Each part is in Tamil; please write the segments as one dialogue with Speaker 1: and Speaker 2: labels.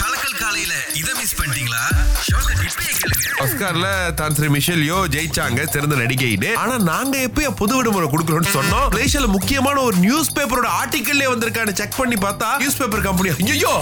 Speaker 1: கலக்கல் காலையில இத மிஸ் பண்ணிட்டீங்களா ஷோக்க இப்பயே கேளுங்க
Speaker 2: ஆஸ்கார்ல தான் திரு மிஷெல்யோ ஜெயிச்சாங்க சிறந்த நடிகைன்னு ஆனா நாங்க எப்பயும் பொது விடுமுறை கொடுக்கறோம்னு சொன்னோம் மலேசியால முக்கியமான ஒரு நியூஸ் பேப்பரோட ஆர்டிக்கல்லே வந்திருக்கான்னு செக் பண்ணி பார்த்தா நியூஸ் பேப்பர் கம்பெனி ஐயோ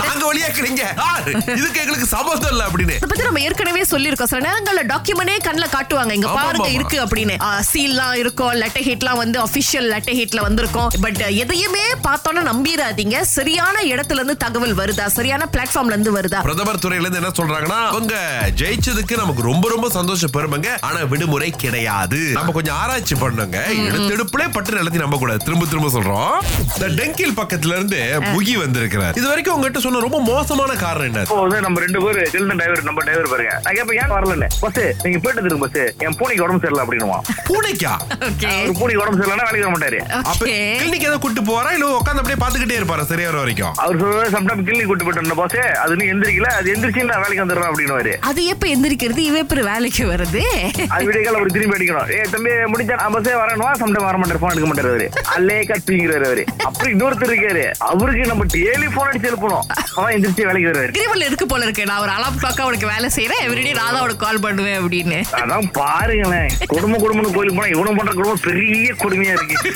Speaker 2: நாங்க வழியாக்குறீங்க யார்? இதுக்கு எங்களுக்கு சம்மந்தம் இல்ல அப்படின்னு
Speaker 3: இதை பத்தி நம்ம ஏற்கனவே சொல்லியிருக்கோம் சில நேரங்கள்ல டாக்குமெண்டே கண்ணுல காட்டுவாங்க இங்க
Speaker 2: ஆமா,
Speaker 3: பாருங்க
Speaker 2: ஆமா.
Speaker 3: இருக்கு அப்படின்னு சீல்லாம் இருக்கும் லெட்டர் ஹீட்லாம் வந்து அபிஷியல் லெட்டர் ஹீட்ல வந்திருக்கும் பட் எதையுமே பார்த்தோன்னா நம்பிராதீங்க சரியான இடத்துல இருந்து தகவல் வருதா சரியான பிளாட்ஃபார்ம்ல இருந்து வருதா
Speaker 2: பிரதமர் துறையில இருந்து என்ன சொல்றாங்கன்னா அவங்க ஜெயிச்சதுக்கு நமக்கு ரொம்ப ரொம்ப சந்தோஷம் பெருமைங்க ஆனா விடுமுறை கிடையாது நம்ம கொஞ்சம் ஆராய்ச்சி பண்ணுங்க எடுத்தெடுப்புலே பட்டு நிலத்தி நம்ப கூடாது திரும்ப திரும்ப சொல்றோம் இந்த டெங்கில் பக்கத்துல இருந்து புகி வந்திருக்கிறார் இது வரைக்கும் உங்ககிட்ட சொன்ன ரொம்ப மோசமான காரணம் என்ன
Speaker 4: இப்போ வந்து நம்ம ரெண்டு பேர் ஜெல்டன் டிரைவர் நம்ம டிரைவர் பாருங்க நான் கேட்பேன் ஏன் வரலன்னு பஸ் நீங்க போயிட்டு இருக்கு பஸ் என் பூனைக்கு உடம்பு சரியில்லை அப்படின்னுவான்
Speaker 2: பூனைக்கா
Speaker 3: ஓகே
Speaker 4: ஒரு பூனைக்கு உடம்பு சரியில்லைன்னா வேலைக்கு வர மாட்டாரு
Speaker 2: அப்ப
Speaker 3: ஓகே
Speaker 2: கிளினிக் ஏதாவது கூட்டு போறா இல்ல உட்காந்து அப்படியே பாத்துக்கிட்டே இருப்பாரா சரியா வர வரைக்கும்
Speaker 4: அவர் சொல்றது சம்டைம் கிள்ளி கூட்டு போயிட்டு பாஸ் அது நீ எந்திரிக்கல அது எந்திரிச்சு நான் வேலைக்கு வந்துடுறேன் அப்படின்னு
Speaker 3: அது எப்ப எந்திரிக்கிறது இவ எப்ப வேலைக்கு வருது
Speaker 4: அது விடிய கால ஒரு திரும்பி அடிக்கணும் ஏ தம்பி முடிஞ்சா நான் பஸ்ஸே வரணுமா சம்டைம் வர மாட்டார் போன் எடுக்க மாட்டாரு அவரு அல்லே கட்டிங்கிறாரு அவரு அப்புறம் இன்னொருத்தர் இருக்காரு அவருக்கு நம்ம டெய்லி போன் அடிச்சு எழுப்பணும் அவன் எந்திரிச்சு வேலைக்கு வருவாரு
Speaker 3: கிரிவல் இருக்கு போல இருக்கு நான் ஒரு அலாம் கிளாக்கா உனக்கு வேலை செய்யறேன் எவ்ரிடே நான் தான் உனக்கு கால் பண்ணுவேன் அப்படின்னு
Speaker 4: அதான் பாருங்களேன் குடும்ப குடும்பம்னு கோயிலுக்கு போனா இவனும் பண்ற குடும்பம் பெரிய கொடுமையா இருக்கு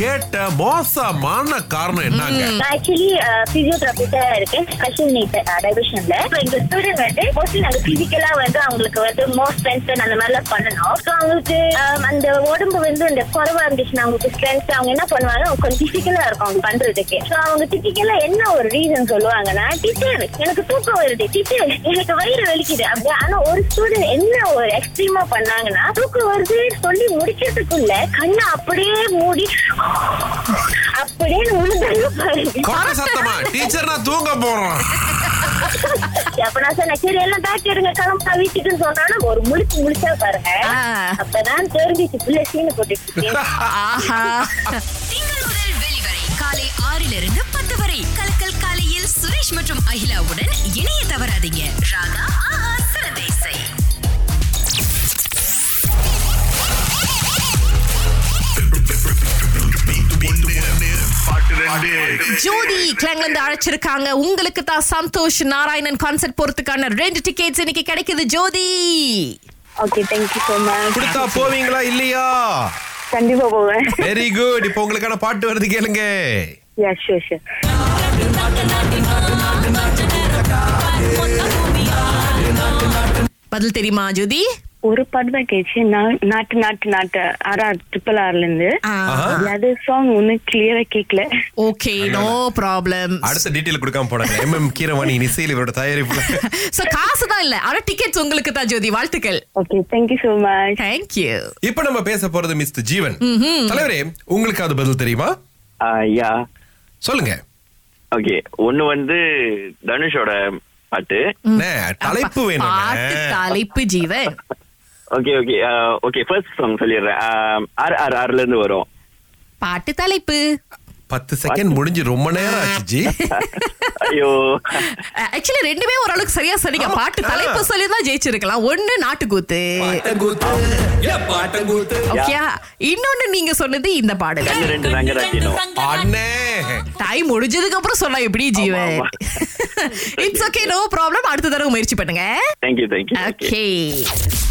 Speaker 2: கேட்ட மோசமான காரணம் என்னங்க
Speaker 5: நான் ஆக்சுவலி பிசியோதெரபிஸ்டா இருக்கேன் கஷில் நீட் டைவர்ஷன்ல எங்க ஸ்டூடெண்ட் வந்து மோஸ்ட்லி நாங்க பிசிக்கலா வந்து அவங்களுக்கு வந்து மோர் ஸ்ட்ரென்த் அந்த மாதிரி எல்லாம் பண்ணணும் ஸோ அவங்களுக்கு um, அந்த உடம்பு வந்து அந்த குறைவா இருந்துச்சுன்னா அவங்களுக்கு ஸ்ட்ரென்த் அவங்க என்ன பண்ணுவாங்க அவங்க கொஞ்சம் டிஃபிகலா இருக்கும் அவங்க பண்றதுக்கு ஸோ அவங்க டிஃபிகலா என்ன ஒரு ரீசன் சொல்லுவாங்கன்னா டீச்சர் எனக்கு தூக்கம் வருது டீச்சர் எனக்கு வயிறு வலிக்குது அப்படி ஆனா ஒரு ஸ்டூடெண்ட் என்ன ஒரு எக்ஸ்ட்ரீமா பண்ணாங்கன்னா தூக்கம் வருது சொல்லி முடிக்கிறதுக்குள்ள கண்ணை அப்படியே மூடி அப்படியே உழுந்தாங்க பாருங்க
Speaker 2: கார சத்தமா டீச்சர் நான் தூங்க போறோம்
Speaker 5: அப்ப நான் சொன்னேன் சரி எல்லாம் பேக் எடுங்க கிளம்பா வீட்டுக்குன்னு சொன்னாலும் ஒரு முழிச்சு முழிச்சா பாருங்க
Speaker 3: ஆ.
Speaker 5: அப்பதான் தெரிஞ்சிச்சு பிள்ளை சீனு போட்டுட்டு இருக்கு.
Speaker 3: ஆஹா
Speaker 6: திங்கள் முதல் வெளிவரை காலை ஆறிலிருந்து பத்து வரை கலக்கல் காலையில் சுரேஷ் மற்றும் அகிலாவுடன் இணைய தவறாதீங்க ராகா ஆஹா சிறந்த இசை
Speaker 3: ஜோதி கிளங்ல இருந்து அழைச்சிருக்காங்க உங்களுக்கு தான் சந்தோஷ் நாராயணன் கான்சர்ட் போறதுக்கான ரெண்டு டிக்கெட்ஸ் இன்னைக்கு கிடைக்குது ஜோதி
Speaker 5: Okay, thank you so much.
Speaker 2: கொடுத்தா போவீங்களா இல்லையா
Speaker 5: கண்டிப்பா போவேன்
Speaker 2: வெரி குட் இப்போ உங்களுக்கான பாட்டு வருது கேளுங்க
Speaker 5: Yeah, sure, sure.
Speaker 3: பதில் தெரியுமா ஜோதி
Speaker 5: ஒரு பாட்டு தான் கேச்சு நாட்டு நாட்டு நாட்டு ஆர்ஆர் ட்ரிபிள் ஆர்ல இருந்து அது சாங் ஒன்னும் கிளியரா கேக்கல
Speaker 3: ஓகே நோ ப்ராப்ளம்
Speaker 2: அடுத்த டீட்டெயில் கொடுக்காம போனாங்க எம்எம் கீரவாணி இசையில் இவரோட தயாரிப்பு
Speaker 3: சோ காசு தான் இல்ல ஆனா டிக்கெட்ஸ் உங்களுக்கு தான் ஜோதி வாழ்த்துக்கள்
Speaker 5: okay thank you so much
Speaker 3: thank you
Speaker 2: இப்ப நம்ம பேச போறது மிஸ்டர் ஜீவன் தலைவரே உங்களுக்கு அது பதில் தெரியுமா
Speaker 7: யா
Speaker 2: சொல்லுங்க
Speaker 7: ஓகே ஒன்னு வந்து தனுஷோட பாட்டு
Speaker 2: அண்ணே, தலைப்பு
Speaker 3: பாட்டு
Speaker 2: வேணும்
Speaker 3: தலைப்பு Jeevan
Speaker 7: okay okay okay first song சொல்லிடுறேன் ஆர் ஆர் ஆர்ல இருந்து வரும்
Speaker 3: பாட்டு தலைப்பு
Speaker 2: பத்து செகண்ட் முடிஞ்சு ரொம்ப நேரம் ஆச்சு ஜி
Speaker 7: ஐயோ
Speaker 3: ஆக்சுவலி ரெண்டுமே ஓரளவுக்கு சரியா சரிங்க
Speaker 2: ஆமா.
Speaker 3: பாட்டு தலைப்பு சொல்லி தான் ஜெயிச்சிருக்கலாம் ஒண்ணு நாட்டுக்கூத்து ஓகேயா இன்னொன்னு நீங்க சொன்னது இந்த பாடல்
Speaker 7: ரெண்டு ரெண்டு ரங்கராட்டினம்
Speaker 2: அண்ணே
Speaker 3: டைம் முடிஞ்சதுக்கு அப்புறம் சொன்னா எப்படி ஜீவன்
Speaker 7: ஆமா,
Speaker 3: இட்ஸ் ஓகே நோ ப்ராப்ளம் அடுத்த தடவை முயற்சி பண்ணுங்க
Speaker 7: தேங்க்யூ தேங்க்யூ
Speaker 3: ஓகே